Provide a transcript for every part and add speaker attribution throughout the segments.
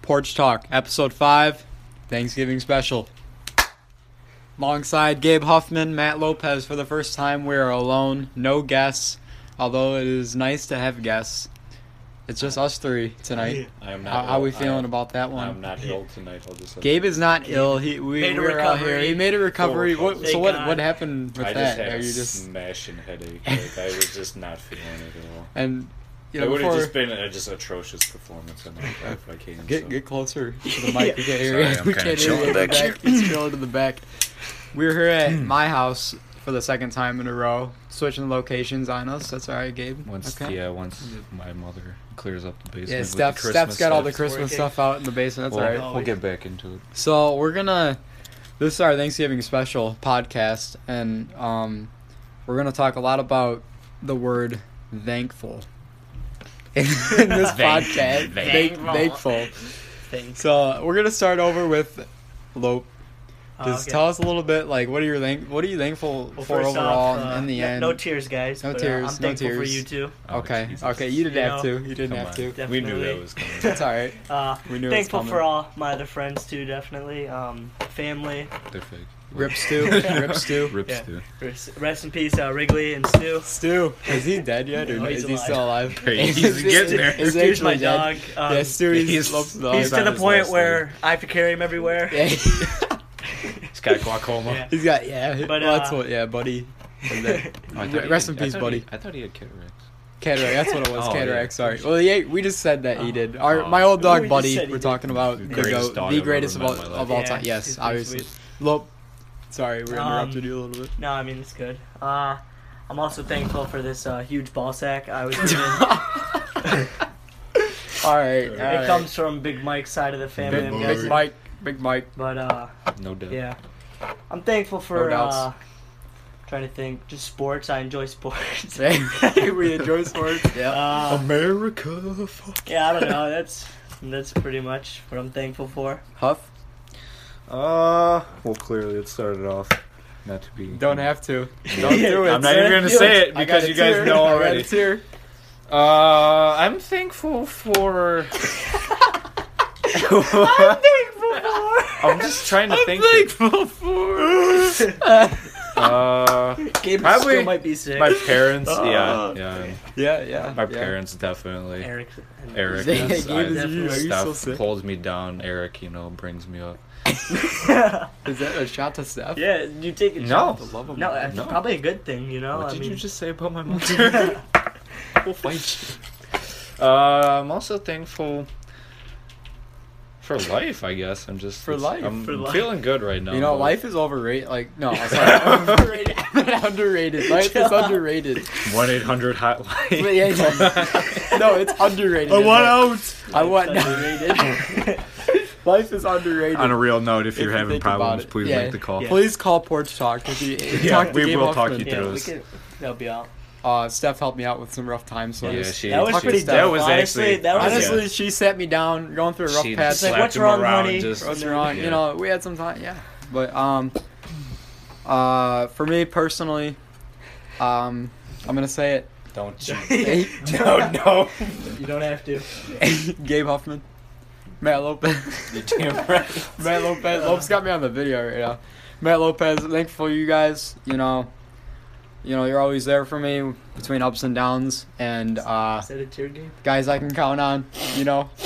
Speaker 1: Porch Talk, Episode 5, Thanksgiving Special. Alongside Gabe Huffman, Matt Lopez, for the first time, we are alone. No guests, although it is nice to have guests. It's just us three tonight.
Speaker 2: I am not.
Speaker 1: How, how
Speaker 2: ill.
Speaker 1: we
Speaker 2: I
Speaker 1: feeling
Speaker 2: am-
Speaker 1: about that one?
Speaker 2: I'm not ill tonight. I'll just
Speaker 1: Gabe is not ill. He we,
Speaker 3: Made a
Speaker 1: we were out here.
Speaker 3: recovery.
Speaker 1: He made a recovery.
Speaker 2: Full
Speaker 1: What,
Speaker 2: recovery.
Speaker 1: so what?
Speaker 3: Thank
Speaker 1: What
Speaker 3: God.
Speaker 1: happened with
Speaker 2: I just
Speaker 1: that?
Speaker 2: had
Speaker 1: Are
Speaker 2: a
Speaker 1: you just
Speaker 2: smashing headache. Like, I was just not feeling it at all.
Speaker 1: and you
Speaker 2: it
Speaker 1: know
Speaker 2: would have
Speaker 1: before
Speaker 2: just been a just atrocious performance on my part if I came.
Speaker 1: get
Speaker 2: so.
Speaker 1: get closer to the mic. We can't hear you.
Speaker 2: Sorry, I'm
Speaker 1: We
Speaker 2: kinda
Speaker 1: can't hear you.
Speaker 2: chilling
Speaker 1: Back
Speaker 2: back
Speaker 1: back. Hmm. It's chilling to the back. We were here at my house for the second time in a row, switching locations on us. That's all right, Gabe.
Speaker 2: Once
Speaker 1: okay.
Speaker 2: yeah, once my mother clears up the basement.
Speaker 1: yeah,
Speaker 2: with
Speaker 1: Steph.
Speaker 2: the
Speaker 1: Steph's
Speaker 2: Christmas
Speaker 1: got all the
Speaker 2: stuff,
Speaker 1: Christmas
Speaker 3: Working.
Speaker 1: stuff out in the basement. That's
Speaker 2: we'll,
Speaker 1: all right.
Speaker 2: We'll get back into it.
Speaker 1: So we're gonna this is our Thanksgiving special podcast, and um, we're gonna talk a lot about the word thankful in, this
Speaker 2: Thank-
Speaker 1: podcast.
Speaker 2: thank-
Speaker 1: Thank- thankful.
Speaker 3: Thanks.
Speaker 1: So we're gonna start over with Lope.
Speaker 3: Oh,
Speaker 1: Just
Speaker 3: okay.
Speaker 1: tell us a little bit, like what are your thank what are you thankful
Speaker 3: Well,
Speaker 1: for
Speaker 3: first
Speaker 1: overall
Speaker 3: off, uh,
Speaker 1: in the
Speaker 3: no,
Speaker 1: end?
Speaker 3: No tears, guys.
Speaker 1: No
Speaker 3: but, uh,
Speaker 1: tears,
Speaker 3: I'm
Speaker 1: no
Speaker 3: thankful for
Speaker 1: tears.
Speaker 3: you too.
Speaker 2: Oh,
Speaker 1: okay,
Speaker 2: Jesus.
Speaker 1: okay, you didn't
Speaker 3: You
Speaker 1: have
Speaker 3: know,
Speaker 1: to. You didn't
Speaker 2: Come
Speaker 1: have
Speaker 2: on.
Speaker 1: to.
Speaker 2: We knew that
Speaker 3: Definitely.
Speaker 2: was coming.
Speaker 1: It's all right.
Speaker 3: Uh,
Speaker 1: We knew it was
Speaker 3: thankful
Speaker 1: coming.
Speaker 3: for all my other friends too, definitely. Um, family.
Speaker 2: They're fake.
Speaker 1: Rip Stu. Rip Stu.
Speaker 2: Rip
Speaker 3: Yeah.
Speaker 2: Stu.
Speaker 3: Rest, rest in peace, uh, Wrigley and Stu.
Speaker 1: Stu, is he dead yet, or
Speaker 3: No, he's
Speaker 1: is he still alive?
Speaker 2: He's getting there.
Speaker 1: Is
Speaker 3: Stu's my
Speaker 1: actually dead?
Speaker 3: dog. Um,
Speaker 1: yeah, Stu is
Speaker 2: he's-
Speaker 1: Lope's dog.
Speaker 3: he's
Speaker 2: He's
Speaker 3: to
Speaker 2: on
Speaker 3: the
Speaker 2: his
Speaker 3: point
Speaker 2: last
Speaker 3: where
Speaker 2: leg.
Speaker 3: I have to carry him everywhere.
Speaker 1: Yeah.
Speaker 2: He's got glaucoma.
Speaker 3: Yeah.
Speaker 1: he's got yeah.
Speaker 3: But,
Speaker 1: well, that's
Speaker 3: uh,
Speaker 1: what yeah, buddy. And that-
Speaker 2: Oh, I
Speaker 1: Re-
Speaker 2: thought he
Speaker 1: rest
Speaker 2: had-
Speaker 1: in peace,
Speaker 2: I thought he-
Speaker 1: buddy.
Speaker 2: I thought he had cataract.
Speaker 1: cataract. That's what it was.
Speaker 2: Oh, yeah.
Speaker 1: cataract. Sorry. Well, yeah, we just said that he did. Our
Speaker 2: Oh.
Speaker 1: my old
Speaker 3: We
Speaker 1: dog
Speaker 3: just
Speaker 1: buddy.
Speaker 3: said he
Speaker 1: We're
Speaker 3: did.
Speaker 1: talking about the,
Speaker 2: The greatest
Speaker 1: goat-
Speaker 2: dog
Speaker 1: the
Speaker 2: I've ever
Speaker 1: greatest of
Speaker 2: met
Speaker 1: all,
Speaker 2: in my life.
Speaker 1: of all
Speaker 3: Yeah,
Speaker 1: time. Yes,
Speaker 3: he's pretty
Speaker 1: obviously.
Speaker 3: sweet.
Speaker 1: Lope. Sorry, we
Speaker 3: Um,
Speaker 1: interrupted you a little bit.
Speaker 3: No, I mean it's good. Uh, I'm also thankful for this uh, huge ball sack I was given.
Speaker 1: all right.
Speaker 2: It
Speaker 1: All
Speaker 3: it
Speaker 1: right.
Speaker 3: comes from Big Mike's side of the family.
Speaker 1: Big,
Speaker 3: I'm
Speaker 2: Mike.
Speaker 1: Big
Speaker 3: guessing.
Speaker 1: Mike. Big Mike.
Speaker 3: But uh,
Speaker 2: No doubt.
Speaker 3: Yeah. I'm thankful
Speaker 1: No
Speaker 3: for
Speaker 1: doubts.
Speaker 3: uh trying to think just sports. I enjoy sports.
Speaker 1: we enjoy sports. Yeah.
Speaker 3: uh,
Speaker 2: America. Fuck.
Speaker 3: yeah, I don't know. That's that's pretty much what I'm thankful for.
Speaker 1: Huff.
Speaker 2: Uh, well, clearly it started off not to be.
Speaker 1: Don't have to. Don't
Speaker 2: Don't
Speaker 1: do it.
Speaker 2: I'm not even gonna say it because you guys know already. Uh, I'm thankful for.
Speaker 3: I'm thankful for.
Speaker 2: I'm just trying to think.
Speaker 1: thankful for.
Speaker 2: Uh,
Speaker 3: Gabe
Speaker 2: Probably
Speaker 3: still might be sick.
Speaker 2: my parents.
Speaker 3: Uh,
Speaker 2: yeah, yeah.
Speaker 1: yeah, yeah.
Speaker 2: My
Speaker 1: yeah.
Speaker 2: parents definitely.
Speaker 3: Eric.
Speaker 2: Eric.
Speaker 1: They
Speaker 2: yes,
Speaker 1: gave
Speaker 2: I-
Speaker 1: us you. Are you
Speaker 2: Steph
Speaker 1: so sick?
Speaker 2: pulls me down. Eric, you know, brings me up.
Speaker 1: Is that a shot to Steph?
Speaker 3: yeah, you take a
Speaker 2: No.
Speaker 3: shot.
Speaker 1: The love of
Speaker 3: No,
Speaker 1: my
Speaker 3: that's
Speaker 2: No.
Speaker 3: probably a good thing, you know.
Speaker 2: What
Speaker 3: I
Speaker 2: did
Speaker 3: mean,
Speaker 2: you just say about my mother? we'll fight you. Uh, I'm also thankful for life, I guess. I'm just
Speaker 1: For
Speaker 2: it's-
Speaker 1: life.
Speaker 2: I'm
Speaker 3: For life.
Speaker 2: feeling good right now.
Speaker 1: You know,
Speaker 2: but
Speaker 1: life is overrated. Like, no, I'm sorry. overrated. underrated. Life is underrated.
Speaker 2: 1 800
Speaker 1: But yeah,
Speaker 2: hotline.
Speaker 1: yeah. no, it's underrated.
Speaker 2: out.
Speaker 1: I want.
Speaker 3: That's
Speaker 1: No,
Speaker 3: underrated.
Speaker 1: life is underrated.
Speaker 2: On a real note, if,
Speaker 1: If
Speaker 2: you're
Speaker 1: you
Speaker 2: having
Speaker 1: think about
Speaker 2: problems,
Speaker 1: it.
Speaker 2: please
Speaker 1: Yeah.
Speaker 2: make the call.
Speaker 3: Yeah.
Speaker 1: Please call Porch Talk if you
Speaker 2: Yeah,
Speaker 1: talk to
Speaker 2: we
Speaker 1: Gabe
Speaker 2: will talk
Speaker 1: Huffman.
Speaker 2: you
Speaker 3: yeah, we
Speaker 2: Throws.
Speaker 3: could, that'll be out.
Speaker 1: Uh, Steph helped me out with some rough times. So I
Speaker 2: Yeah,
Speaker 1: just-
Speaker 2: she,
Speaker 3: That was
Speaker 2: she-
Speaker 1: pretty
Speaker 2: That
Speaker 1: tough.
Speaker 2: was
Speaker 3: Honestly,
Speaker 2: actually.
Speaker 3: that was-
Speaker 1: honestly, she sat me down going through a rough
Speaker 2: she
Speaker 1: patch.
Speaker 3: like,
Speaker 2: slapped
Speaker 3: "What's
Speaker 2: him
Speaker 3: wrong,
Speaker 2: around,
Speaker 3: honey?"
Speaker 2: Just,
Speaker 1: what's wrong?
Speaker 2: yeah.
Speaker 1: You know, we had some time. Yeah, but um, uh, for me personally, um, I'm gonna say it.
Speaker 2: Don't you?
Speaker 3: no, no. You don't have to.
Speaker 1: Gabe Huffman, Matt Lopez,
Speaker 2: You're damn right.
Speaker 1: Matt Lopez. Lopez got me on the video right now. Matt Lopez, thankful you guys. You know, you know, you're always there for me between ups and downs, and uh,
Speaker 3: Is that a tear game?
Speaker 1: guys I can count on, you know.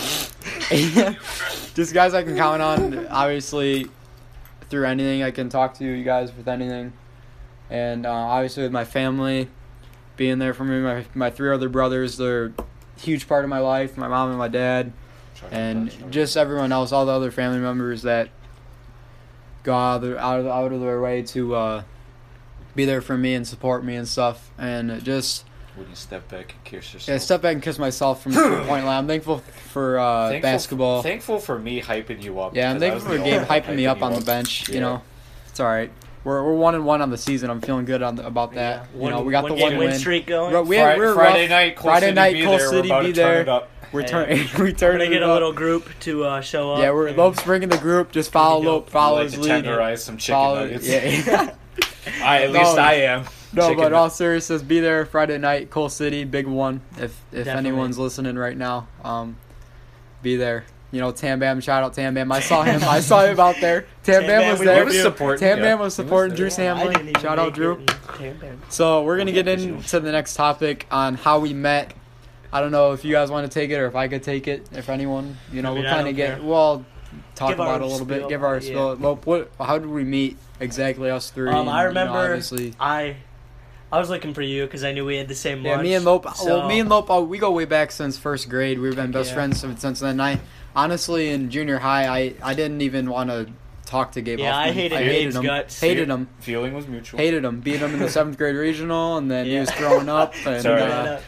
Speaker 1: just guys I can count on, obviously, through anything. I can talk to you guys with anything. And uh, obviously, with my family being there for me, my, my three other brothers, they're a huge part of my life my mom and my dad, and just everyone else, all the other family members that go out of, their, out of, out of their way to uh, be there for me and support me and stuff. And just
Speaker 2: When you step back and kiss yourself.
Speaker 1: yeah, step back and kiss myself from the three point line. I'm thankful for uh,
Speaker 2: Thankful-
Speaker 1: basketball.
Speaker 2: Thankful for me hyping you up.
Speaker 1: yeah, I'm
Speaker 2: because
Speaker 1: thankful
Speaker 2: I was
Speaker 1: for
Speaker 2: the
Speaker 1: Gabe
Speaker 2: only one
Speaker 1: hyping me up
Speaker 2: you
Speaker 1: on the bench. You
Speaker 2: Yeah.
Speaker 1: know, it's all right. We're we're one and one on the season. I'm feeling good on the, about that.
Speaker 3: Yeah.
Speaker 1: You know, we got the
Speaker 3: game
Speaker 1: one win.
Speaker 3: streak going.
Speaker 1: Bro, we
Speaker 2: Fri-
Speaker 1: had, we were
Speaker 2: Friday
Speaker 1: rough.
Speaker 2: night, Cole
Speaker 1: Friday
Speaker 2: City
Speaker 1: night,
Speaker 2: be
Speaker 1: Coal
Speaker 2: there.
Speaker 1: City
Speaker 2: we're about
Speaker 1: be
Speaker 2: to turn
Speaker 1: there.
Speaker 2: it up.
Speaker 1: We're
Speaker 3: Hey.
Speaker 1: turning. we
Speaker 3: We're
Speaker 1: turning.
Speaker 3: gonna
Speaker 1: it
Speaker 3: get a
Speaker 1: up.
Speaker 3: little group to uh, show up.
Speaker 1: Yeah, we're
Speaker 3: and-
Speaker 1: Lope's bringing the group. Just follow
Speaker 3: Here we go.
Speaker 1: Lope. Follow
Speaker 2: like
Speaker 1: his
Speaker 2: to
Speaker 1: lead.
Speaker 2: tenderize some chicken
Speaker 1: Follow.
Speaker 2: nuggets.
Speaker 1: Yeah.
Speaker 2: I, at
Speaker 1: No.
Speaker 2: least I am.
Speaker 1: No,
Speaker 2: Chicken
Speaker 1: but all
Speaker 2: nug-
Speaker 1: seriousness, be there Friday night, Cole City, big one. If if
Speaker 3: Definitely.
Speaker 1: anyone's listening right now, um, be there. You know, Tam Bam, shout out Tam Bam. I saw him. I saw him out there. Tam, Bam, was
Speaker 3: we
Speaker 1: there.
Speaker 2: He was supporting.
Speaker 1: Tam
Speaker 2: yeah.
Speaker 1: Bam was
Speaker 2: He
Speaker 1: supporting
Speaker 2: there.
Speaker 1: Drew Samley. Shout out Drew.
Speaker 3: Um,
Speaker 1: So we're gonna get into the next topic on how we met. I don't know if you guys want to take it or if I could take it. If anyone, you know,
Speaker 3: I mean,
Speaker 1: we'll
Speaker 3: I
Speaker 1: kind of
Speaker 3: don't
Speaker 1: get
Speaker 3: care.
Speaker 1: we'll all talk
Speaker 3: Give our
Speaker 1: about it a little bit.
Speaker 3: spiel,
Speaker 1: Give our
Speaker 3: yeah.
Speaker 1: spiel. Well, what? How did we meet exactly? Us three.
Speaker 3: Um, I
Speaker 1: and, you know,
Speaker 3: remember-
Speaker 1: obviously.
Speaker 3: I, I was looking for you because I knew we had the same
Speaker 1: Yeah,
Speaker 3: lunch.
Speaker 1: me and Lope.
Speaker 3: so-
Speaker 1: well, me and Lope, uh, we go way back since first grade. We've been best
Speaker 3: Yeah.
Speaker 1: friends since, since then. I honestly, in junior high, I, I didn't even want to talk to Gabe.
Speaker 3: Yeah, I
Speaker 1: Hoffman.
Speaker 3: hated Gabe's
Speaker 1: him.
Speaker 3: guts.
Speaker 1: Hated him.
Speaker 2: Feeling was mutual.
Speaker 1: Hated him. Beat him in the seventh grade regional, and then he
Speaker 3: Yeah.
Speaker 1: was throwing up. And,
Speaker 2: Sorry.
Speaker 1: uh,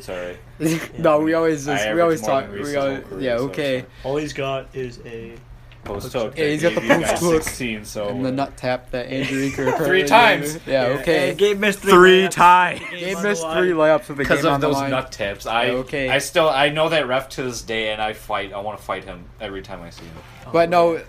Speaker 2: Sorry.
Speaker 1: no, we always
Speaker 2: I
Speaker 1: just, we
Speaker 2: averaged
Speaker 1: always
Speaker 2: more
Speaker 1: talk.
Speaker 2: than Reese's
Speaker 1: We
Speaker 2: whole
Speaker 1: always,
Speaker 2: career,
Speaker 1: yeah,
Speaker 2: so it's
Speaker 1: okay.
Speaker 3: All he's got is a.
Speaker 2: Post hook.
Speaker 1: Yeah,
Speaker 2: Yeah,
Speaker 1: he's
Speaker 2: he's
Speaker 1: got the post hook.
Speaker 2: 16, so
Speaker 1: and the
Speaker 2: uh,
Speaker 1: nut tap that Andrew Eaker
Speaker 2: Three times.
Speaker 1: Yeah,
Speaker 2: Yeah.
Speaker 1: okay.
Speaker 3: Hey, Gabe missed three. layups.
Speaker 1: times.
Speaker 3: Game
Speaker 1: Gabe
Speaker 3: on
Speaker 1: missed
Speaker 3: the line.
Speaker 1: three layups with the
Speaker 2: because
Speaker 1: game
Speaker 2: of
Speaker 1: on the
Speaker 2: those
Speaker 1: line.
Speaker 2: nut tips. I
Speaker 1: Okay.
Speaker 2: I still I know that ref to this day, and I fight. I want to fight him every time I see him.
Speaker 1: But no,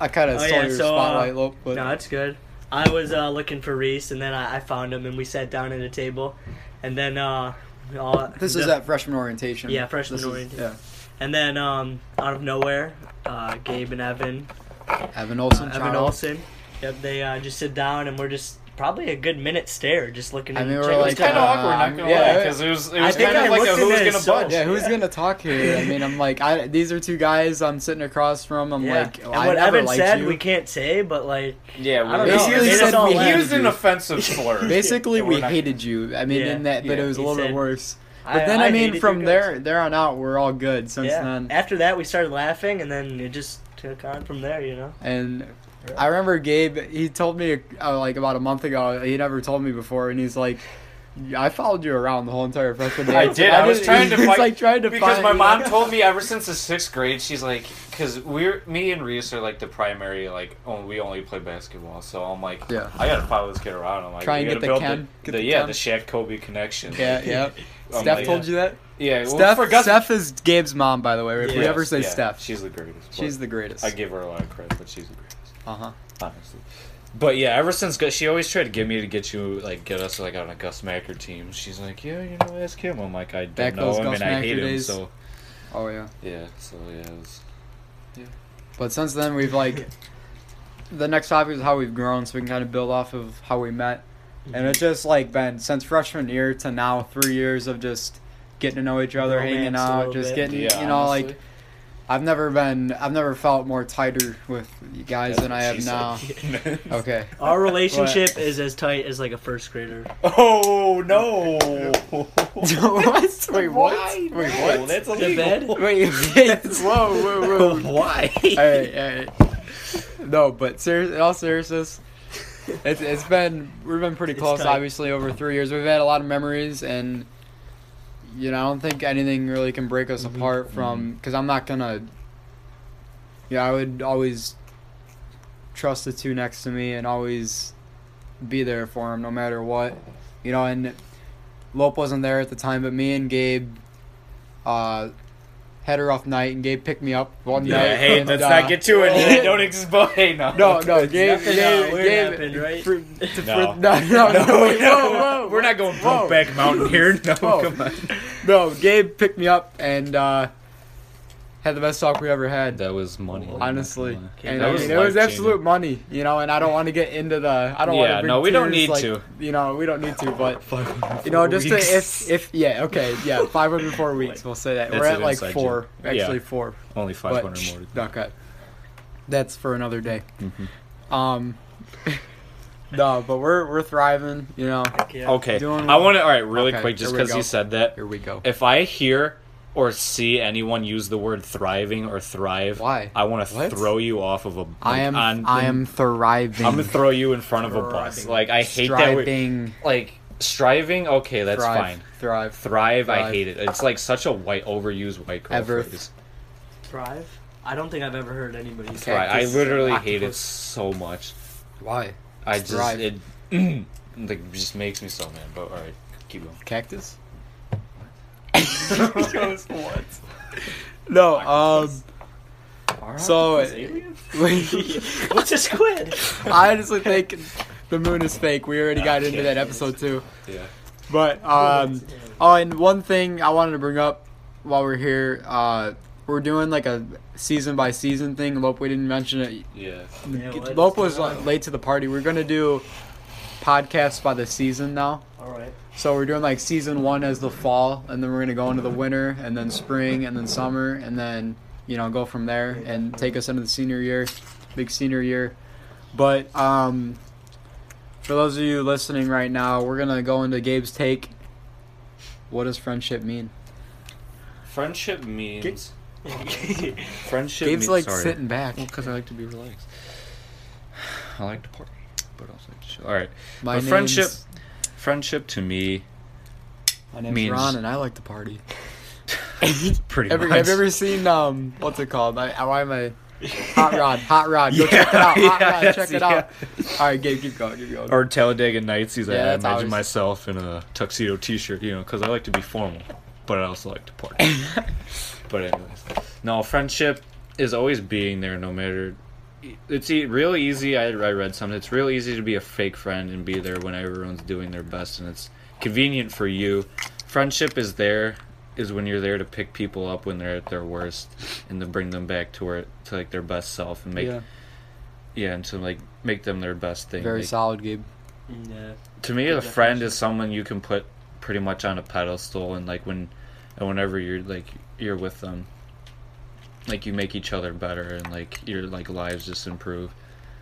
Speaker 1: I kind of
Speaker 3: Oh,
Speaker 1: stole
Speaker 3: yeah,
Speaker 1: your
Speaker 3: so, uh,
Speaker 1: spotlight, Lope. But
Speaker 3: No, it's good. I was uh, looking for Reese, and then I, I found him, and we sat down at a table, and then uh, we all,
Speaker 1: This is
Speaker 3: the-
Speaker 1: at freshman orientation.
Speaker 3: Yeah, freshman
Speaker 1: This is-
Speaker 3: orientation. And then um, out of nowhere, uh, Gabe and Evan,
Speaker 1: yeah, Evan
Speaker 3: uh,
Speaker 1: Olson.
Speaker 3: Evan Olson, yep, they uh, just sit down, and we're just probably a good minute stare, just looking.
Speaker 1: I
Speaker 3: at
Speaker 1: mean,
Speaker 3: each
Speaker 1: we're
Speaker 2: It
Speaker 3: other.
Speaker 2: was
Speaker 1: like,
Speaker 2: kind of
Speaker 1: uh,
Speaker 2: awkward, not gonna
Speaker 1: yeah.
Speaker 2: yeah, because it was it
Speaker 3: I
Speaker 2: was
Speaker 3: think
Speaker 2: kind
Speaker 3: I
Speaker 2: of like a
Speaker 3: looked in
Speaker 2: who's
Speaker 3: his
Speaker 2: gonna
Speaker 3: soul.
Speaker 2: budge.
Speaker 1: Yeah, who's gonna talk here? I mean, I'm like, I these are two guys I'm sitting across from. I'm
Speaker 3: yeah.
Speaker 1: like, oh,
Speaker 3: and
Speaker 1: I
Speaker 3: what
Speaker 1: never
Speaker 3: Evan
Speaker 1: liked
Speaker 3: said,
Speaker 1: you.
Speaker 3: we can't say, but like,
Speaker 2: Yeah,
Speaker 3: I don't
Speaker 1: know. Basically
Speaker 2: He
Speaker 1: said
Speaker 2: used-
Speaker 1: we
Speaker 2: he
Speaker 1: hated
Speaker 2: used an
Speaker 1: you.
Speaker 2: offensive slur.
Speaker 1: Basically,
Speaker 2: And
Speaker 1: we
Speaker 2: we're not-
Speaker 1: hated you. I mean,
Speaker 3: Yeah.
Speaker 1: in that, but
Speaker 2: Yeah.
Speaker 1: it was a
Speaker 3: He
Speaker 1: little bit
Speaker 3: said-
Speaker 1: worse. But then, I,
Speaker 3: I,
Speaker 1: mean,
Speaker 3: hated
Speaker 1: from
Speaker 3: you
Speaker 1: there,
Speaker 3: guys.
Speaker 1: there on out, we're all good since
Speaker 3: yeah.
Speaker 1: then.
Speaker 3: After that, we started laughing, and then it just took on from there, you know.
Speaker 1: And I remember Gabe. He told me uh, like about a month ago. He never told me before, and he's like. I followed you around the whole entire freshman day.
Speaker 2: I did. I was trying to
Speaker 1: He's
Speaker 2: fight-
Speaker 1: like trying to
Speaker 2: because
Speaker 1: find-
Speaker 2: my mom told me ever since the sixth grade, she's like, because we're me and Reese are like the primary like oh, we only play basketball, so I'm like,
Speaker 1: Yeah.
Speaker 2: I gotta follow this kid around. I'm like,
Speaker 1: Try
Speaker 2: we
Speaker 1: and get
Speaker 2: gotta
Speaker 1: the
Speaker 2: build
Speaker 1: Ken, get
Speaker 2: the,
Speaker 1: the
Speaker 2: yeah
Speaker 1: Ken.
Speaker 2: the Shaq Kobe connection.
Speaker 1: Yeah, yeah.
Speaker 2: I'm
Speaker 1: Steph
Speaker 2: like,
Speaker 1: told you that.
Speaker 2: Yeah, well,
Speaker 1: Steph,
Speaker 2: forgot-
Speaker 1: Steph is Gabe's mom, by the way. If we
Speaker 2: Yes,
Speaker 1: ever say
Speaker 2: yeah,
Speaker 1: Steph, she's,
Speaker 2: she's the greatest.
Speaker 1: she's
Speaker 2: She's
Speaker 1: the greatest.
Speaker 2: I give her a lot of credit, but she's the greatest,
Speaker 1: uh huh.
Speaker 2: honestly. But yeah, ever since she always tried to get me to get you like get us like on a Gus Macker team. She's like, yeah, you know, ask him. I'm like, I don't
Speaker 1: Back
Speaker 2: know
Speaker 1: those
Speaker 2: him
Speaker 1: Gus
Speaker 2: and I
Speaker 1: Macker
Speaker 2: hate
Speaker 1: days.
Speaker 2: him. So
Speaker 1: Oh yeah.
Speaker 2: yeah, so yeah, it was
Speaker 1: But since then, we've like. the next topic is how we've grown, so we can kind of build off of how we met,
Speaker 2: Mm-hmm.
Speaker 1: and it's just like been since freshman year to now, three years of just getting to know each other,
Speaker 3: Romance
Speaker 1: hanging
Speaker 3: a
Speaker 1: out,
Speaker 3: little
Speaker 1: just
Speaker 3: bit.
Speaker 1: getting
Speaker 2: yeah,
Speaker 1: you know
Speaker 2: honestly.
Speaker 1: like. I've never been. I've never felt more tighter with you guys than I have now. Okay.
Speaker 3: Our relationship is as tight as like a first grader.
Speaker 2: Oh no!
Speaker 1: what? Wait, what?
Speaker 2: Why?
Speaker 1: Wait,
Speaker 2: No,
Speaker 1: what?
Speaker 2: That's
Speaker 3: The bed?
Speaker 2: illegal.
Speaker 1: Wait, whoa, whoa, whoa.
Speaker 2: Why?
Speaker 1: all right, all right. No, but ser- in all seriousness, it's, it's been we've been pretty
Speaker 3: It's
Speaker 1: close.
Speaker 3: tight.
Speaker 1: Obviously, over three years, we've had a lot of memories, and you know, I don't think anything really can break us
Speaker 3: Mhm.
Speaker 1: apart from because I'm not gonna. Yeah, I would always trust the two next to me and always be there for him no matter what, you know. And Lope wasn't there at the time, but me and Gabe. Uh, had a rough night, and Gabe picked me up one
Speaker 2: Yeah,
Speaker 1: night.
Speaker 2: hey,
Speaker 1: and,
Speaker 2: let's
Speaker 1: uh,
Speaker 2: not get too into it. Don't expose. Hey, no.
Speaker 1: no, no, Gabe,
Speaker 3: nothing, uh,
Speaker 1: Gabe,
Speaker 3: weird
Speaker 1: Gabe,
Speaker 3: happened, right?
Speaker 1: fr- to-
Speaker 2: No.
Speaker 1: fr- no, no, no, wait, whoa, whoa,
Speaker 2: We're not going
Speaker 1: whoa.
Speaker 2: Brokeback back mountain here. No,
Speaker 1: Whoa.
Speaker 2: come on.
Speaker 1: No, Gabe picked me up and uh, had the best talk we ever had.
Speaker 2: That was money.
Speaker 1: Honestly, and
Speaker 2: That
Speaker 1: I
Speaker 2: was
Speaker 1: mean, it was
Speaker 2: life-changing.
Speaker 1: absolute money, you know. And I don't want to get into the. I don't want
Speaker 2: Yeah,
Speaker 1: to.
Speaker 2: no, we don't need
Speaker 1: like,
Speaker 2: to.
Speaker 1: You know, we don't need to, but you know, just to, if if yeah, okay, yeah, five hundred four weeks. We'll say that
Speaker 2: That's
Speaker 1: we're
Speaker 2: an
Speaker 1: at like
Speaker 2: inside
Speaker 1: four,
Speaker 2: joke.
Speaker 1: actually
Speaker 2: Yeah.
Speaker 1: four,
Speaker 2: only
Speaker 1: but
Speaker 2: 500 more.
Speaker 1: okay, that's for another day.
Speaker 2: Mm-hmm.
Speaker 1: Um, no, but we're we're thriving, you know.
Speaker 3: Yeah.
Speaker 2: Okay,
Speaker 1: Doing-
Speaker 2: I want to. All right, really
Speaker 1: Okay,
Speaker 2: quick, just
Speaker 1: here we
Speaker 2: because you
Speaker 1: go.
Speaker 2: said that.
Speaker 1: Here we go.
Speaker 2: If I hear or see anyone use the word thriving or thrive,
Speaker 1: Why?
Speaker 2: I want to
Speaker 1: What?
Speaker 2: throw you off of a.
Speaker 1: I am
Speaker 2: On,
Speaker 1: I am thriving.
Speaker 2: I'm gonna throw you in front of a bus.
Speaker 3: Thriving.
Speaker 2: Like I hate that word.
Speaker 1: striving.
Speaker 2: Like striving. Okay, that's
Speaker 1: thrive,
Speaker 2: fine.
Speaker 1: Thrive.
Speaker 2: Thrive, I
Speaker 1: Thrive.
Speaker 2: hate it. It's like such a white, overused white girl
Speaker 1: Ever.
Speaker 2: phrase.
Speaker 3: Thrive? I don't think I've ever heard anybody say.
Speaker 1: Okay.
Speaker 2: Thrive. I
Speaker 1: Cactus,
Speaker 2: literally
Speaker 1: octopus.
Speaker 2: hate it so much.
Speaker 1: Why?
Speaker 2: I just
Speaker 1: Thrive.
Speaker 2: it mm, like just makes me so mad. But all right, keep going.
Speaker 1: Cactus?
Speaker 2: what?
Speaker 1: No. Um. So-
Speaker 3: What's a squid?
Speaker 1: I honestly think the moon is fake. We
Speaker 2: Ah,
Speaker 1: already got into that episode too. um,
Speaker 2: yeah.
Speaker 1: But um. Oh, and one thing I wanted to bring up while we're here, uh, we're- we're doing like a season by season thing. Lope, we didn't mention it.
Speaker 2: Yeah.
Speaker 3: Yeah, what
Speaker 1: Lope
Speaker 3: is
Speaker 1: was
Speaker 3: going
Speaker 1: like, late to the party. We're gonna do podcasts by the season now.
Speaker 3: All right.
Speaker 1: So we're doing like season one as the fall, and then we're gonna go into the winter, and then spring, and then summer, and then you know go from there and take us into the senior year, big senior year. But um, for those of you listening right now, we're gonna go into Gabe's take. What does friendship mean?
Speaker 2: Friendship means.
Speaker 1: uh,
Speaker 2: Friendship
Speaker 1: Gabe's
Speaker 2: means.
Speaker 1: like
Speaker 2: sorry.
Speaker 1: sitting back.
Speaker 2: Well, because I like to be relaxed. I like to party, but I also like to chill. All right.
Speaker 1: My
Speaker 2: But
Speaker 1: name's,
Speaker 2: friendship- Friendship to me,
Speaker 1: My name's
Speaker 2: means-
Speaker 1: Ron, and I like to party.
Speaker 2: pretty
Speaker 1: Ever,
Speaker 2: much.
Speaker 1: have you ever seen um what's it called? I, I- why am I Hot Rod? Hot Rod. Go
Speaker 2: Yeah,
Speaker 1: check it out. Hot
Speaker 2: yeah,
Speaker 1: Rod.
Speaker 2: that's-
Speaker 1: Check it
Speaker 2: yeah.
Speaker 1: out. All right, Gabe, keep going. Keep going.
Speaker 2: Or Talladega Nights, he's like,
Speaker 1: Yeah,
Speaker 2: I
Speaker 1: that's
Speaker 2: imagine
Speaker 1: always-
Speaker 2: myself in a tuxedo T-shirt, you know, because I like to be formal, but I also like to party. but anyways, no, friendship is always being there, no matter. It's e- real easy. I, I read something. It's real easy to be a fake friend and be there when everyone's doing their best, and it's convenient for you. Friendship is there is when you're there to pick people up when they're at their worst and to bring them back to where to like their best self and make yeah,
Speaker 1: yeah,
Speaker 2: and to like make them their best thing.
Speaker 1: very
Speaker 2: Like,
Speaker 1: solid, Gabe.
Speaker 3: Yeah.
Speaker 2: to me
Speaker 3: Good
Speaker 2: a friend is someone you can put pretty much on a pedestal and like when and whenever you're like you're with them like you make each other better and like your like lives just improve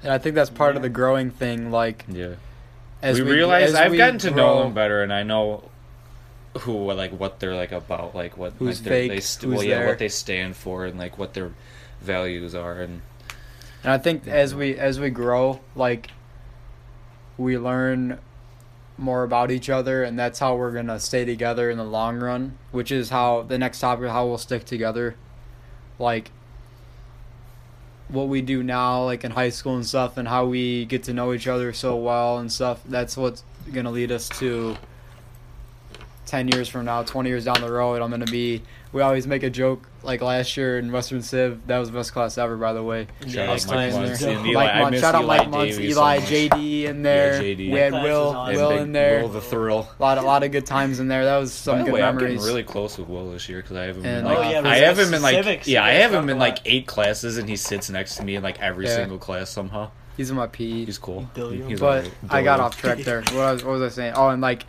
Speaker 1: And I think that's part of
Speaker 3: Yeah.
Speaker 1: the growing thing. Like
Speaker 2: yeah
Speaker 1: as
Speaker 2: we, realize
Speaker 1: as
Speaker 2: i've
Speaker 1: we
Speaker 2: gotten to know
Speaker 1: grow-
Speaker 2: them better and i know who like what they're like about like what
Speaker 1: Who's
Speaker 2: like, they're-
Speaker 1: fake,
Speaker 2: they st-
Speaker 1: who's
Speaker 2: well, yeah
Speaker 1: there.
Speaker 2: what they stand for and like what their values are and
Speaker 1: And I think as we as we grow, like we learn more about each other, and that's how we're gonna stay together in the long run. Which is how the next topic, how we'll stick together, like what we do now, like in high school and stuff, and how we get to know each other so well and stuff. That's what's gonna lead us to. 10 years from now, 20 years down the road, I'm going to be. We always make a joke like last year in Western Civ. That was the best class ever, by the way.
Speaker 2: Shout
Speaker 3: Yeah,
Speaker 1: Mike
Speaker 2: out Mike
Speaker 1: Munz.
Speaker 2: Muntz and
Speaker 1: Mike
Speaker 2: Eli. I
Speaker 1: Munz.
Speaker 2: miss
Speaker 1: Shout out
Speaker 2: Eli
Speaker 1: Mike Munz,
Speaker 2: Davies so
Speaker 1: Eli,
Speaker 2: much.
Speaker 1: JD in there.
Speaker 2: Yeah, JD.
Speaker 1: We had
Speaker 3: That class
Speaker 1: Will,
Speaker 3: was awesome.
Speaker 2: and
Speaker 1: Will
Speaker 2: Big
Speaker 1: in there.
Speaker 2: Will the thrill
Speaker 1: A lot, a lot of good times in there. That was some
Speaker 2: By the
Speaker 1: good
Speaker 2: way, I'm
Speaker 1: memories.
Speaker 2: getting really close with Will this year because I have him in
Speaker 1: And,
Speaker 2: like
Speaker 1: Oh, yeah,
Speaker 2: I have him in like
Speaker 3: civics, you
Speaker 2: yeah I
Speaker 3: guys
Speaker 2: have
Speaker 3: talk
Speaker 2: him
Speaker 3: a
Speaker 2: in
Speaker 3: lot.
Speaker 2: like eight classes and he sits next to me in like every
Speaker 1: Yeah.
Speaker 2: single class somehow.
Speaker 1: He's in my PE.
Speaker 2: He's cool.
Speaker 3: Billion.
Speaker 2: He's
Speaker 1: but
Speaker 2: alright.
Speaker 1: I got
Speaker 2: Billion.
Speaker 1: off track there. What, I was, what was I saying? Oh, and like,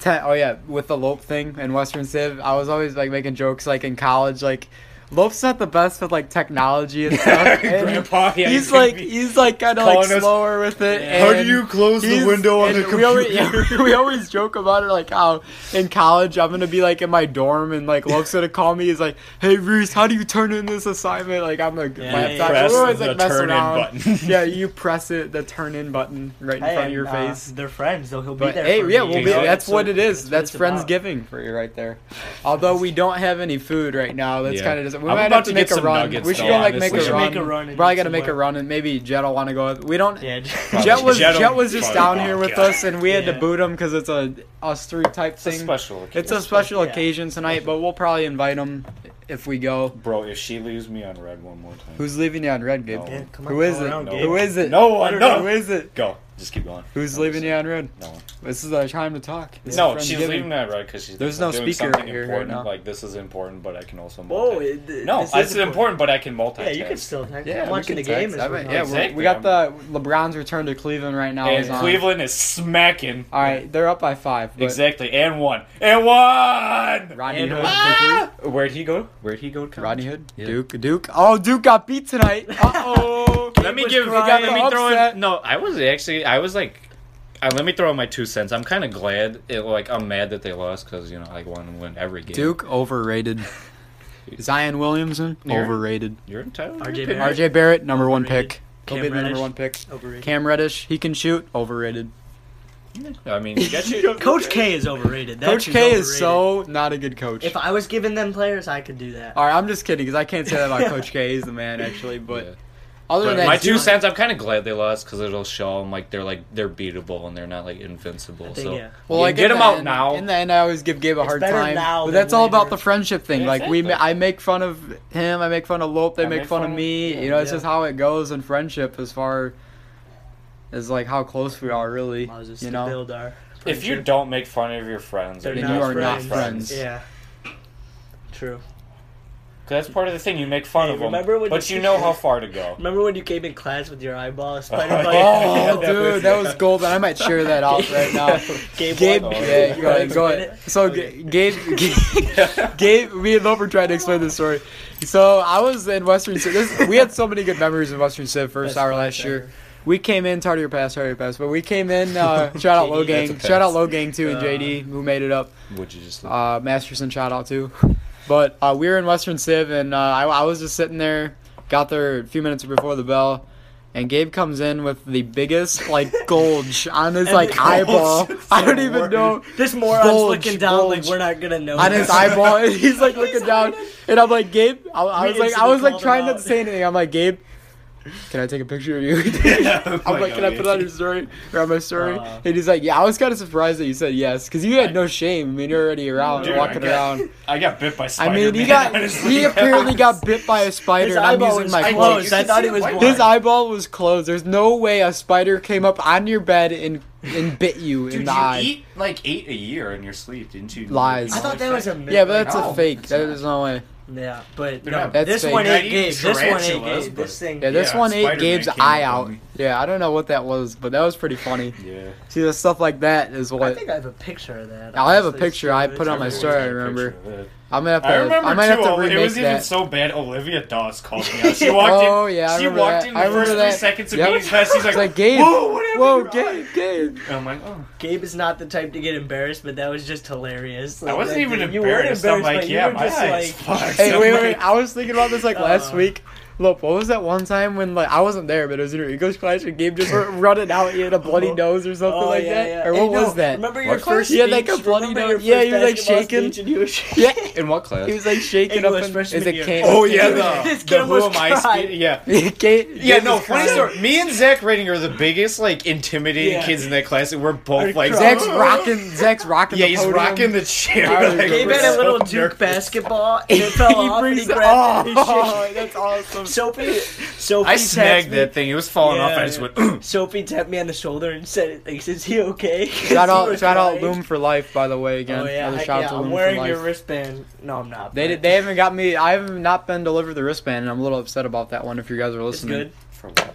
Speaker 1: ten, oh yeah, with the Lope thing and Western Civ, I was always like making jokes like in college, like. Lope's not the best with like technology and stuff. and
Speaker 2: Grandpa,
Speaker 1: he's
Speaker 2: yeah, he's gonna
Speaker 1: like
Speaker 2: be
Speaker 1: he's like kind of like
Speaker 2: calling us-
Speaker 1: slower with it.
Speaker 2: How do
Speaker 1: and-
Speaker 2: you close the
Speaker 1: He's-
Speaker 2: window on
Speaker 1: and
Speaker 2: the
Speaker 1: we always,
Speaker 2: computer?
Speaker 1: we always joke about it, like how in college I'm gonna be like in my dorm and like Love's gonna call me. He's like, "Hey Reese, how do you turn in this assignment?" Like I'm like,
Speaker 3: Yeah,
Speaker 1: my
Speaker 3: yeah,
Speaker 1: laptop-
Speaker 2: Press
Speaker 1: we're always
Speaker 2: the
Speaker 1: like messing
Speaker 2: turn-in
Speaker 1: around.
Speaker 2: button.
Speaker 1: yeah, you press it, the turn in button right in
Speaker 3: Hey,
Speaker 1: front of your
Speaker 3: and, uh,
Speaker 1: face.
Speaker 3: They're friends, though. He'll be
Speaker 1: But
Speaker 3: there.
Speaker 1: hey,
Speaker 3: for
Speaker 1: yeah,
Speaker 3: me,
Speaker 1: we'll
Speaker 3: you
Speaker 1: be.
Speaker 3: know?
Speaker 1: That's
Speaker 3: So
Speaker 1: what it is.
Speaker 3: that's
Speaker 1: That's
Speaker 3: what it's about.
Speaker 1: friendsgiving for you right there. Although we don't have any food right now, that's
Speaker 2: Yeah.
Speaker 1: kind of just. We
Speaker 2: I'm
Speaker 1: might
Speaker 2: about
Speaker 1: have to
Speaker 2: to
Speaker 1: make
Speaker 2: get
Speaker 1: a
Speaker 2: some
Speaker 1: run.
Speaker 2: nuggets,
Speaker 1: We should
Speaker 2: though,
Speaker 1: go like
Speaker 2: honestly.
Speaker 1: make
Speaker 2: We
Speaker 1: a
Speaker 2: should
Speaker 1: run.
Speaker 3: make a run and
Speaker 1: Probably
Speaker 3: get
Speaker 1: gotta make a
Speaker 3: somewhere.
Speaker 1: run, and maybe Jet'll want to go. with- We don't.
Speaker 3: Yeah.
Speaker 1: Jet was
Speaker 2: Jet
Speaker 1: Jet
Speaker 2: don't-
Speaker 1: was just
Speaker 2: fuck
Speaker 1: down
Speaker 2: off,
Speaker 1: here with
Speaker 2: Jet.
Speaker 1: us, and we had
Speaker 3: Yeah.
Speaker 1: to boot him because it's a us three type
Speaker 2: It's a
Speaker 1: thing.
Speaker 2: special.
Speaker 1: It's a
Speaker 2: occasion.
Speaker 1: special
Speaker 3: Yeah.
Speaker 1: occasion tonight, but we'll probably invite him if we go.
Speaker 2: Bro, if she leaves me on red one more time,
Speaker 1: Who's leaving you on red, Gabe?
Speaker 2: No.
Speaker 3: Yeah, come on,
Speaker 1: Who is
Speaker 3: go
Speaker 1: it?
Speaker 3: around,
Speaker 2: No.
Speaker 3: Gabe.
Speaker 1: Who is it?
Speaker 2: No one,
Speaker 1: I don't
Speaker 2: no.
Speaker 1: know. Who is it?
Speaker 2: go? Just keep going.
Speaker 1: Who's
Speaker 2: No,
Speaker 1: leaving you
Speaker 2: just-
Speaker 1: on red?
Speaker 2: No one.
Speaker 1: This is our time to talk. This is
Speaker 2: No, she's
Speaker 1: friendsgiving.
Speaker 2: leaving me on red because she's
Speaker 1: There's
Speaker 2: like,
Speaker 1: no
Speaker 2: doing
Speaker 1: speaker
Speaker 2: something
Speaker 1: right here right
Speaker 2: important.
Speaker 1: now.
Speaker 2: Like this is important, but I can also.
Speaker 3: Whoa.
Speaker 2: multitask.
Speaker 3: it- th-
Speaker 2: no,
Speaker 3: this
Speaker 2: this is
Speaker 3: important.
Speaker 2: important, but I can multitask.
Speaker 3: Yeah, you can still.
Speaker 1: Yeah,
Speaker 3: I'm
Speaker 1: we
Speaker 3: watching the
Speaker 1: can
Speaker 3: game.
Speaker 1: text.
Speaker 3: as
Speaker 1: I
Speaker 3: we're
Speaker 1: mean,
Speaker 3: talking.
Speaker 1: yeah,
Speaker 2: Exactly.
Speaker 1: we're- we got the LeBron's return to Cleveland right now.
Speaker 2: And
Speaker 1: is on.
Speaker 2: Cleveland is smacking.
Speaker 1: All right, they're up by five. But
Speaker 2: Exactly, and one, and one.
Speaker 1: Rodney
Speaker 3: And
Speaker 1: Hood.
Speaker 2: Ah! Where'd he go? Where'd he go? to college?
Speaker 1: Rodney Hood.
Speaker 2: Yeah.
Speaker 1: Duke. Duke. Oh, Duke got beat tonight. Uh oh.
Speaker 2: Let me
Speaker 3: was
Speaker 2: give.
Speaker 1: crying.
Speaker 2: Let me throw
Speaker 1: Upset.
Speaker 2: in. No, I was actually. I was like. I, let me throw in my two cents. I'm kind of glad. It, like I'm mad that they lost because you know I want to win every game.
Speaker 1: Duke overrated. Zion Williamson
Speaker 2: You're-
Speaker 1: overrated.
Speaker 2: you're entitled. to
Speaker 3: RJ
Speaker 2: your
Speaker 3: Barrett.
Speaker 2: opinion.
Speaker 1: RJ Barrett number one
Speaker 3: Overrated.
Speaker 1: pick. He'll be
Speaker 3: Cam
Speaker 1: the number
Speaker 3: Reddish.
Speaker 1: one pick.
Speaker 3: Overrated.
Speaker 1: Cam Reddish, he can shoot. Overrated.
Speaker 2: I mean, you got your.
Speaker 3: Coach K is overrated. That
Speaker 1: coach
Speaker 3: dude's
Speaker 1: K
Speaker 3: overrated.
Speaker 1: is so not a good coach.
Speaker 3: If I was giving them players, I could do that.
Speaker 1: All right, I'm just kidding because I can't say that about Coach K. He's the man, actually. But
Speaker 2: Yeah.
Speaker 1: other
Speaker 2: But
Speaker 1: than that,
Speaker 2: my two
Speaker 1: Duke-
Speaker 2: cents. I'm kind of glad they lost because it'll show them like they're like they're beatable and they're not like invincible.
Speaker 3: I think,
Speaker 2: so
Speaker 3: yeah.
Speaker 1: Well,
Speaker 2: You
Speaker 1: like
Speaker 2: get
Speaker 1: in
Speaker 2: him
Speaker 1: the
Speaker 2: out
Speaker 1: end-
Speaker 2: now.
Speaker 1: In the end, I always give Gabe a
Speaker 3: It's
Speaker 1: hard
Speaker 3: better
Speaker 1: time.
Speaker 3: now
Speaker 1: But
Speaker 3: than
Speaker 1: that's all about
Speaker 3: later.
Speaker 1: the friendship thing. Like we, ma-
Speaker 2: Exactly.
Speaker 1: I make fun of him. I make fun of Lope. They
Speaker 2: I
Speaker 1: make, fun, of me.
Speaker 2: yeah,
Speaker 1: you know, it's
Speaker 3: yeah.
Speaker 1: just how it goes in friendship, as far as like how close we are, really.
Speaker 3: Allows us
Speaker 1: You
Speaker 3: to
Speaker 1: know,
Speaker 3: build our
Speaker 2: if you
Speaker 3: friendship.
Speaker 2: don't make fun of your friends,
Speaker 3: They're
Speaker 1: then
Speaker 2: you're
Speaker 1: you
Speaker 3: not
Speaker 1: are not friends.
Speaker 3: friends. Yeah. True.
Speaker 2: 'Cause that's part of the thing. You make fun
Speaker 3: Hey,
Speaker 2: of them,
Speaker 3: remember when
Speaker 2: but
Speaker 3: you-
Speaker 2: you know how far to go.
Speaker 3: Remember when you came in class with your eyeball spider
Speaker 2: Oh,
Speaker 3: bite?
Speaker 1: Oh,
Speaker 2: Yeah, that was-
Speaker 1: dude, that was golden. I might share that off right now.
Speaker 3: Gabe,
Speaker 1: Gabe,
Speaker 3: won.
Speaker 1: yeah,
Speaker 3: You
Speaker 1: go
Speaker 3: wanna
Speaker 1: ahead, go
Speaker 3: explain
Speaker 1: ahead.
Speaker 3: Oh, it?
Speaker 1: So,
Speaker 3: Okay.
Speaker 1: G- Gabe, Gabe, Gabe, me and Loper tried to explain this story. So, I was in Western Civ. This, we had so many good memories in Western Civ first
Speaker 3: Best
Speaker 1: hour
Speaker 3: class
Speaker 1: last year.
Speaker 3: ever.
Speaker 1: We came in, tardy or pass, tardy or pass, but we came in, uh, shout out
Speaker 3: JD, that's
Speaker 1: Logang,
Speaker 2: a
Speaker 1: shout out
Speaker 2: pass.
Speaker 1: Logang too, and
Speaker 3: Uh,
Speaker 1: JD, who made it up.
Speaker 2: Would you just?
Speaker 1: Uh, Masterson shout out too. But uh, we were in Western Civ, and uh, I, I was just sitting there. Got there a few minutes before the bell, and Gabe comes in with the biggest like gulge on his
Speaker 3: And
Speaker 1: like
Speaker 3: the
Speaker 1: eyeball.
Speaker 2: gulge is
Speaker 1: I don't
Speaker 2: the
Speaker 1: even
Speaker 2: worst.
Speaker 1: know
Speaker 3: This moron's
Speaker 1: Bulge,
Speaker 3: looking down
Speaker 1: bulge.
Speaker 3: like we're not gonna know.
Speaker 1: on
Speaker 3: this.
Speaker 1: his eyeball, and he's like looking down, and I'm like Gabe. I, I
Speaker 3: We
Speaker 1: was like I
Speaker 3: instantly
Speaker 1: was like
Speaker 3: called him
Speaker 1: trying not to
Speaker 3: out.
Speaker 1: say anything. I'm like Gabe. Can I take a picture of you? I'm like, can I put it on your story or on my story?
Speaker 3: Uh.
Speaker 1: and he's like, yeah. I was kind of surprised that you said yes because you had
Speaker 2: I-
Speaker 1: no shame. I mean, you're already around,
Speaker 2: Dude, I
Speaker 1: walking
Speaker 2: got-
Speaker 1: around.
Speaker 2: I got bit by
Speaker 1: I
Speaker 2: spider.
Speaker 1: mean, he got he apparently got bit by a spider.
Speaker 3: His
Speaker 1: and I'm
Speaker 3: eyeball
Speaker 1: using
Speaker 3: was
Speaker 1: my
Speaker 3: closed.
Speaker 1: clothes.
Speaker 3: I thought it was blind.
Speaker 1: His eyeball was closed. There's no way a spider came up on your bed and and bit you in
Speaker 2: Dude,
Speaker 1: the
Speaker 2: you
Speaker 1: eye.
Speaker 2: eat like eight a year in your sleep, didn't you?
Speaker 1: Lies.
Speaker 3: I thought that was a myth.
Speaker 1: yeah, but that's
Speaker 2: No,
Speaker 1: a fake.
Speaker 2: it's
Speaker 1: That
Speaker 2: not.
Speaker 1: is no way.
Speaker 3: yeah, but
Speaker 2: They're
Speaker 3: no,
Speaker 2: not-
Speaker 1: That's
Speaker 3: this
Speaker 1: fake.
Speaker 3: one
Speaker 2: They're not
Speaker 3: ate Gabe.
Speaker 2: eating
Speaker 3: This one ate
Speaker 2: tarantulas,
Speaker 3: Gabe.
Speaker 2: but-
Speaker 3: This thing.
Speaker 1: Yeah, this
Speaker 2: Yeah,
Speaker 1: one ate
Speaker 2: Spider-Man
Speaker 1: Gabe's
Speaker 2: came
Speaker 1: eye
Speaker 2: up
Speaker 1: out.
Speaker 2: on me.
Speaker 1: Yeah, I don't know what that was, but that was pretty funny.
Speaker 2: Yeah.
Speaker 1: See, the stuff like that is
Speaker 3: I
Speaker 1: what.
Speaker 3: think I have a picture of that.
Speaker 1: I'll have a
Speaker 3: honestly,
Speaker 1: picture.
Speaker 3: too.
Speaker 1: I
Speaker 3: It's
Speaker 1: put it on my
Speaker 3: everywhere.
Speaker 1: story, I remember. I'm gonna have to.
Speaker 2: I remember
Speaker 1: might
Speaker 2: too.
Speaker 1: have to
Speaker 2: Oli-
Speaker 1: remake
Speaker 2: it was even
Speaker 1: that.
Speaker 2: so bad. Olivia Dawes called me. Out. She walked in.
Speaker 1: Oh, yeah, I
Speaker 2: she
Speaker 1: remember
Speaker 2: walked
Speaker 1: that.
Speaker 2: in
Speaker 1: I
Speaker 2: the
Speaker 1: remember
Speaker 2: first
Speaker 1: that.
Speaker 2: three seconds of
Speaker 1: Yep.
Speaker 2: Gabe's class. She's
Speaker 1: It's
Speaker 2: like,
Speaker 1: like Gabe.
Speaker 2: Whoa, what happened
Speaker 1: Whoa,
Speaker 2: to your eye?"
Speaker 1: Gabe, Gabe.
Speaker 2: And I'm like, oh.
Speaker 3: Gabe is not the type to get embarrassed, but that was just hilarious.
Speaker 2: I wasn't
Speaker 3: like,
Speaker 2: even
Speaker 3: you weren't
Speaker 2: embarrassed. I'm
Speaker 3: embarrassed,
Speaker 2: like,
Speaker 3: but
Speaker 2: yeah,
Speaker 3: you were
Speaker 2: my
Speaker 3: just
Speaker 2: eye
Speaker 3: like,
Speaker 2: is fucked.
Speaker 1: Hey,
Speaker 2: I'm
Speaker 1: wait,
Speaker 2: like,
Speaker 1: wait. I was thinking about this like last
Speaker 3: Uh.
Speaker 1: week. Look, what was that one time when like I wasn't there, but it was in your English class and Gabe just were running out, he had a bloody
Speaker 3: Oh.
Speaker 1: nose or something
Speaker 3: oh,
Speaker 1: like
Speaker 3: yeah,
Speaker 1: that,
Speaker 3: yeah.
Speaker 1: or
Speaker 3: Hey,
Speaker 1: what
Speaker 3: no,
Speaker 1: was that?
Speaker 3: Remember
Speaker 2: What
Speaker 3: your
Speaker 2: class?
Speaker 3: first
Speaker 1: He had, like, a
Speaker 3: speech?
Speaker 1: bloody
Speaker 3: Remember
Speaker 1: nose-
Speaker 3: your
Speaker 1: yeah,
Speaker 3: first
Speaker 1: he was, like,
Speaker 3: basketball
Speaker 1: shaking.
Speaker 3: speech and you were shaking.
Speaker 1: Yeah,
Speaker 2: in what class?
Speaker 1: he was like shaking
Speaker 3: English
Speaker 1: up. In,
Speaker 3: freshman
Speaker 1: is it
Speaker 3: year.
Speaker 1: Cam?
Speaker 2: oh yeah,
Speaker 3: Dude,
Speaker 2: the,
Speaker 3: this
Speaker 2: the
Speaker 3: kid
Speaker 2: who
Speaker 3: was
Speaker 2: am I?
Speaker 3: crying.
Speaker 2: Spe- yeah.
Speaker 1: Gabe,
Speaker 2: Yeah,
Speaker 1: Gabe
Speaker 2: no,
Speaker 1: was
Speaker 2: funny
Speaker 1: crying.
Speaker 2: story. Me and Zach Rating are the biggest, like, intimidating
Speaker 3: Yeah.
Speaker 2: kids in that class, and we're both
Speaker 3: Are
Speaker 2: like,
Speaker 3: crying.
Speaker 1: Zach's rocking. Zach's rocking.
Speaker 2: Yeah,
Speaker 1: the
Speaker 2: he's
Speaker 1: podium.
Speaker 2: rocking the chair.
Speaker 1: I
Speaker 2: like,
Speaker 1: remember
Speaker 3: Gabe
Speaker 2: we're
Speaker 3: had a
Speaker 2: so
Speaker 3: little Duke
Speaker 2: nervous.
Speaker 3: basketball and it fell
Speaker 1: he
Speaker 3: off and
Speaker 1: brings
Speaker 3: he
Speaker 1: it.
Speaker 3: grabbed it.
Speaker 1: Oh,
Speaker 3: and he shook.
Speaker 1: that's awesome.
Speaker 3: Sophie, Sophie,
Speaker 2: I
Speaker 3: tapped
Speaker 2: snagged
Speaker 3: me.
Speaker 2: that thing. It was falling off.
Speaker 3: Yeah,
Speaker 2: I just
Speaker 3: yeah.
Speaker 2: went. "Ugh."
Speaker 3: Sophie tapped me on the shoulder and said, like, "Is he okay?" 'Cause
Speaker 1: Shout
Speaker 3: he
Speaker 1: out,
Speaker 3: was
Speaker 1: shout out
Speaker 3: like-
Speaker 1: Loom for life, by the way. Again,
Speaker 3: Oh yeah,
Speaker 1: another
Speaker 3: I,
Speaker 1: shout
Speaker 3: yeah
Speaker 1: out to Loom
Speaker 3: I'm
Speaker 1: for
Speaker 3: wearing
Speaker 1: life.
Speaker 3: your wristband. No, I'm not.
Speaker 1: They
Speaker 3: but
Speaker 1: did, they haven't got me. I have not been delivered the wristband, and I'm a little upset about that one. If you guys are
Speaker 3: It's
Speaker 1: listening,
Speaker 3: good.
Speaker 2: For what?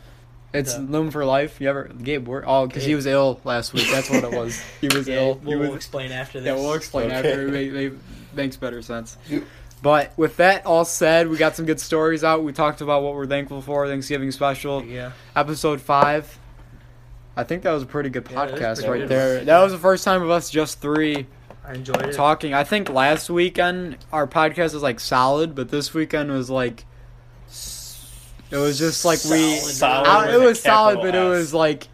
Speaker 1: It's
Speaker 3: Yeah.
Speaker 1: Loom for Life. You ever Gabe work? Oh, because he
Speaker 3: Gabe.
Speaker 1: was ill last week. That's what it was. He was
Speaker 3: Yeah,
Speaker 1: ill. He
Speaker 3: We'll, we'll
Speaker 1: was-
Speaker 3: explain after this.
Speaker 1: yeah, we'll explain
Speaker 2: Okay.
Speaker 1: after. It make, make- makes better sense. But with that all said, we got some good stories out. We talked about what we're thankful for. Thanksgiving special
Speaker 3: Yeah.
Speaker 1: episode five. I think that was a pretty good
Speaker 3: Yeah, that was
Speaker 1: podcast
Speaker 3: pretty
Speaker 1: right
Speaker 2: good.
Speaker 1: there. That was the first time of us just three
Speaker 3: I enjoyed it.
Speaker 1: talking. I think last weekend our podcast was like solid, but this weekend was like it was just like we
Speaker 2: Solid
Speaker 1: I-
Speaker 2: with
Speaker 1: it
Speaker 2: a
Speaker 1: was solid,
Speaker 2: capital
Speaker 1: but it
Speaker 2: S.
Speaker 1: was like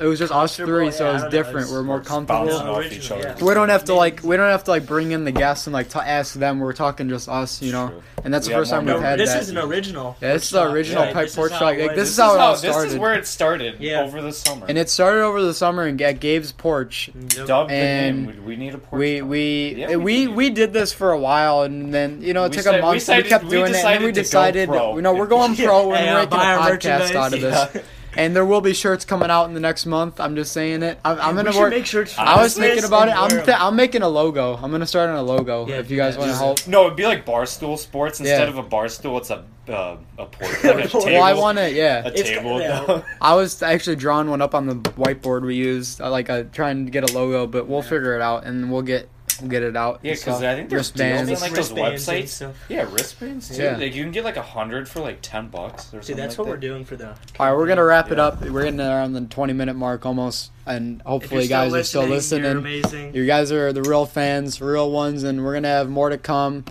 Speaker 1: it was just us
Speaker 3: Comfortable,
Speaker 1: three, so it
Speaker 3: yeah,
Speaker 1: was
Speaker 3: I don't know,
Speaker 1: different.
Speaker 3: it's-
Speaker 1: We're more
Speaker 2: we're just bouncing
Speaker 1: comfortable.
Speaker 2: off
Speaker 3: Original,
Speaker 2: each other.
Speaker 3: yeah.
Speaker 1: We don't have to like we don't have to like bring in the guests and like t- ask them. We're talking just us, you know.
Speaker 2: True.
Speaker 1: And that's
Speaker 2: We
Speaker 1: the
Speaker 2: have
Speaker 1: first time
Speaker 2: more
Speaker 1: we've
Speaker 3: no,
Speaker 1: had
Speaker 3: this
Speaker 1: that.
Speaker 3: is an original.
Speaker 1: Yeah, this is the original
Speaker 2: yeah,
Speaker 1: pipe
Speaker 3: this
Speaker 1: porch
Speaker 3: is how
Speaker 1: talk.
Speaker 3: it
Speaker 1: Like,
Speaker 3: was.
Speaker 1: this
Speaker 3: This
Speaker 1: is how
Speaker 2: is
Speaker 1: it all
Speaker 2: how-
Speaker 1: started.
Speaker 2: This is where it started
Speaker 3: Yeah.
Speaker 2: over the summer.
Speaker 1: and it started over the summer and at Gabe's porch.
Speaker 2: dubbed
Speaker 1: and
Speaker 2: the name. We, we need a porch.
Speaker 1: We
Speaker 2: pump.
Speaker 1: we
Speaker 2: Yeah,
Speaker 1: we we,
Speaker 2: did.
Speaker 1: did this for a while, and then you know it
Speaker 2: We
Speaker 1: took
Speaker 2: said-
Speaker 1: a
Speaker 2: we
Speaker 1: month. We,
Speaker 2: decided-
Speaker 1: kept
Speaker 2: we
Speaker 1: doing it, and then we
Speaker 2: decided to
Speaker 1: decided,
Speaker 2: go pro.
Speaker 1: you know, we're going pro, and
Speaker 3: Yeah,
Speaker 1: we're making a
Speaker 3: buy our
Speaker 1: podcast
Speaker 3: merchandise.
Speaker 1: out of this.
Speaker 2: Yeah.
Speaker 1: And there will be shirts coming out in the next month. I'm just saying it. I'm, I'm
Speaker 3: We
Speaker 1: gonna
Speaker 3: should
Speaker 1: work.
Speaker 3: make sure it's
Speaker 1: I was
Speaker 3: Christmas
Speaker 1: thinking about it.
Speaker 3: and
Speaker 1: I'm
Speaker 3: wear 'em.
Speaker 1: th- I'm making a logo. I'm gonna start on a logo.
Speaker 3: Yeah,
Speaker 1: if you guys
Speaker 3: yeah,
Speaker 1: want to
Speaker 3: just-
Speaker 1: help.
Speaker 2: No, it'd be like bar stool sports instead
Speaker 1: Yeah.
Speaker 2: of a bar stool. It's a uh, a porch. like a
Speaker 3: Well, I
Speaker 2: table.
Speaker 1: Well, Oh, I want to. Yeah,
Speaker 2: a
Speaker 3: It's-
Speaker 2: table.
Speaker 3: yeah.
Speaker 2: though.
Speaker 1: I was actually drawing one up on the whiteboard we used, uh, like uh, trying to get a logo, but we'll figure it out and we'll get we'll get it out.
Speaker 2: Yeah,
Speaker 1: and
Speaker 2: because
Speaker 1: stuff.
Speaker 2: I think there's deals on
Speaker 1: wristbands.
Speaker 2: like those
Speaker 3: Wristbands and
Speaker 2: websites.
Speaker 3: stuff.
Speaker 2: Yeah, wristbands too.
Speaker 1: Yeah.
Speaker 2: Like you can get like a hundred for like ten bucks. Or
Speaker 3: See,
Speaker 2: something
Speaker 3: that's
Speaker 2: like
Speaker 3: what we're
Speaker 2: that.
Speaker 3: doing for the.
Speaker 1: All right, we're gonna wrap it
Speaker 2: Yeah.
Speaker 1: up. We're getting around the 20 minute mark almost, and
Speaker 3: If
Speaker 1: hopefully,
Speaker 3: you're
Speaker 1: you guys are
Speaker 3: still
Speaker 1: still
Speaker 3: listening,
Speaker 1: listening.
Speaker 3: You're amazing.
Speaker 1: You guys are the real fans, real ones, and we're gonna have more to come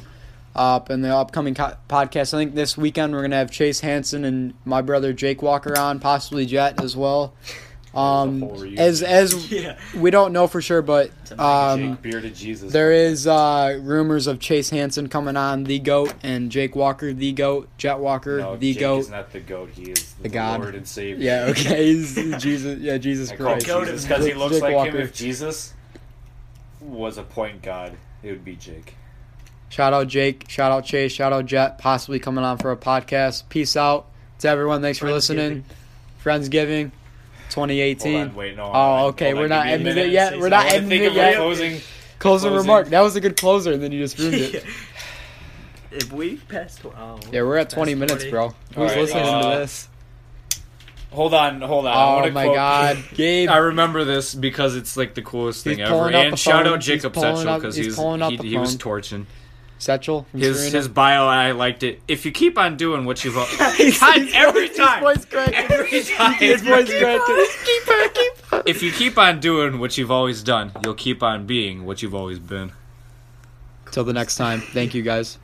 Speaker 1: up in the upcoming co- podcast. I think this weekend we're gonna have Chase Hansen and my brother Jake Walker on, possibly Jet as well.
Speaker 2: There's a whole
Speaker 1: Um,
Speaker 2: reunion.
Speaker 1: as as
Speaker 3: Yeah.
Speaker 1: we don't know for sure, but um,
Speaker 2: Jake bearded Jesus.
Speaker 1: there is uh, rumors of Chase Hansen coming on, the goat, and Jake Walker, the goat, Jet Walker,
Speaker 2: no,
Speaker 1: the
Speaker 2: Jake
Speaker 1: goat.
Speaker 2: is not the goat. He is the,
Speaker 1: The God.
Speaker 2: Lord and Savior.
Speaker 1: Yeah, okay. He's Jesus. Yeah, Jesus
Speaker 2: I call him
Speaker 1: Christ.
Speaker 3: Goat
Speaker 2: Jesus because he looks
Speaker 1: Jake
Speaker 2: like
Speaker 1: Walker.
Speaker 2: him. If Jesus was a point god, it would be Jake.
Speaker 1: Shout out Jake. Shout out Chase. Shout out Jet. Possibly coming on for a podcast. Peace out to everyone. Thanks for listening. Friendsgiving,
Speaker 2: Hold
Speaker 1: 2018.
Speaker 2: on, wait, no.
Speaker 1: Oh, okay, we're not ending it yet. We're not ending it yet.
Speaker 2: Closing.
Speaker 1: Closing
Speaker 2: Closing.
Speaker 1: remark. That was a good closer, and then you just ruined it.
Speaker 3: Yeah. If we pass, tw- oh,
Speaker 1: Yeah, we're at
Speaker 3: That's
Speaker 1: 20 minutes,
Speaker 3: 40.
Speaker 1: bro.
Speaker 2: All
Speaker 1: Who's
Speaker 2: right,
Speaker 1: listening
Speaker 2: uh,
Speaker 1: to this?
Speaker 2: Hold on, hold on. I
Speaker 1: Oh
Speaker 2: wanna
Speaker 1: my
Speaker 2: quote-
Speaker 1: God, Gabe.
Speaker 2: I remember this because it's like the coolest
Speaker 1: He's
Speaker 2: thing ever.
Speaker 1: pulling up
Speaker 2: And
Speaker 1: the
Speaker 2: shout
Speaker 1: phone.
Speaker 2: out Jacob
Speaker 1: He's pulling
Speaker 2: Setchel
Speaker 1: up-
Speaker 2: because
Speaker 1: he's
Speaker 2: he's,
Speaker 1: pulling up
Speaker 2: he,
Speaker 1: the
Speaker 2: he was
Speaker 1: phone.
Speaker 2: torching.
Speaker 1: Setchel from
Speaker 2: His
Speaker 1: Serena?
Speaker 2: his bio, I liked it. If you keep on doing what you've
Speaker 1: He's-
Speaker 2: God,
Speaker 1: he's-
Speaker 2: every
Speaker 1: his
Speaker 2: time,
Speaker 1: voice cracked.
Speaker 2: every time.
Speaker 1: His voice cracked.
Speaker 2: If you keep on doing what you've always done, you'll keep on being what you've always been.
Speaker 1: Till the next time. Thank you guys.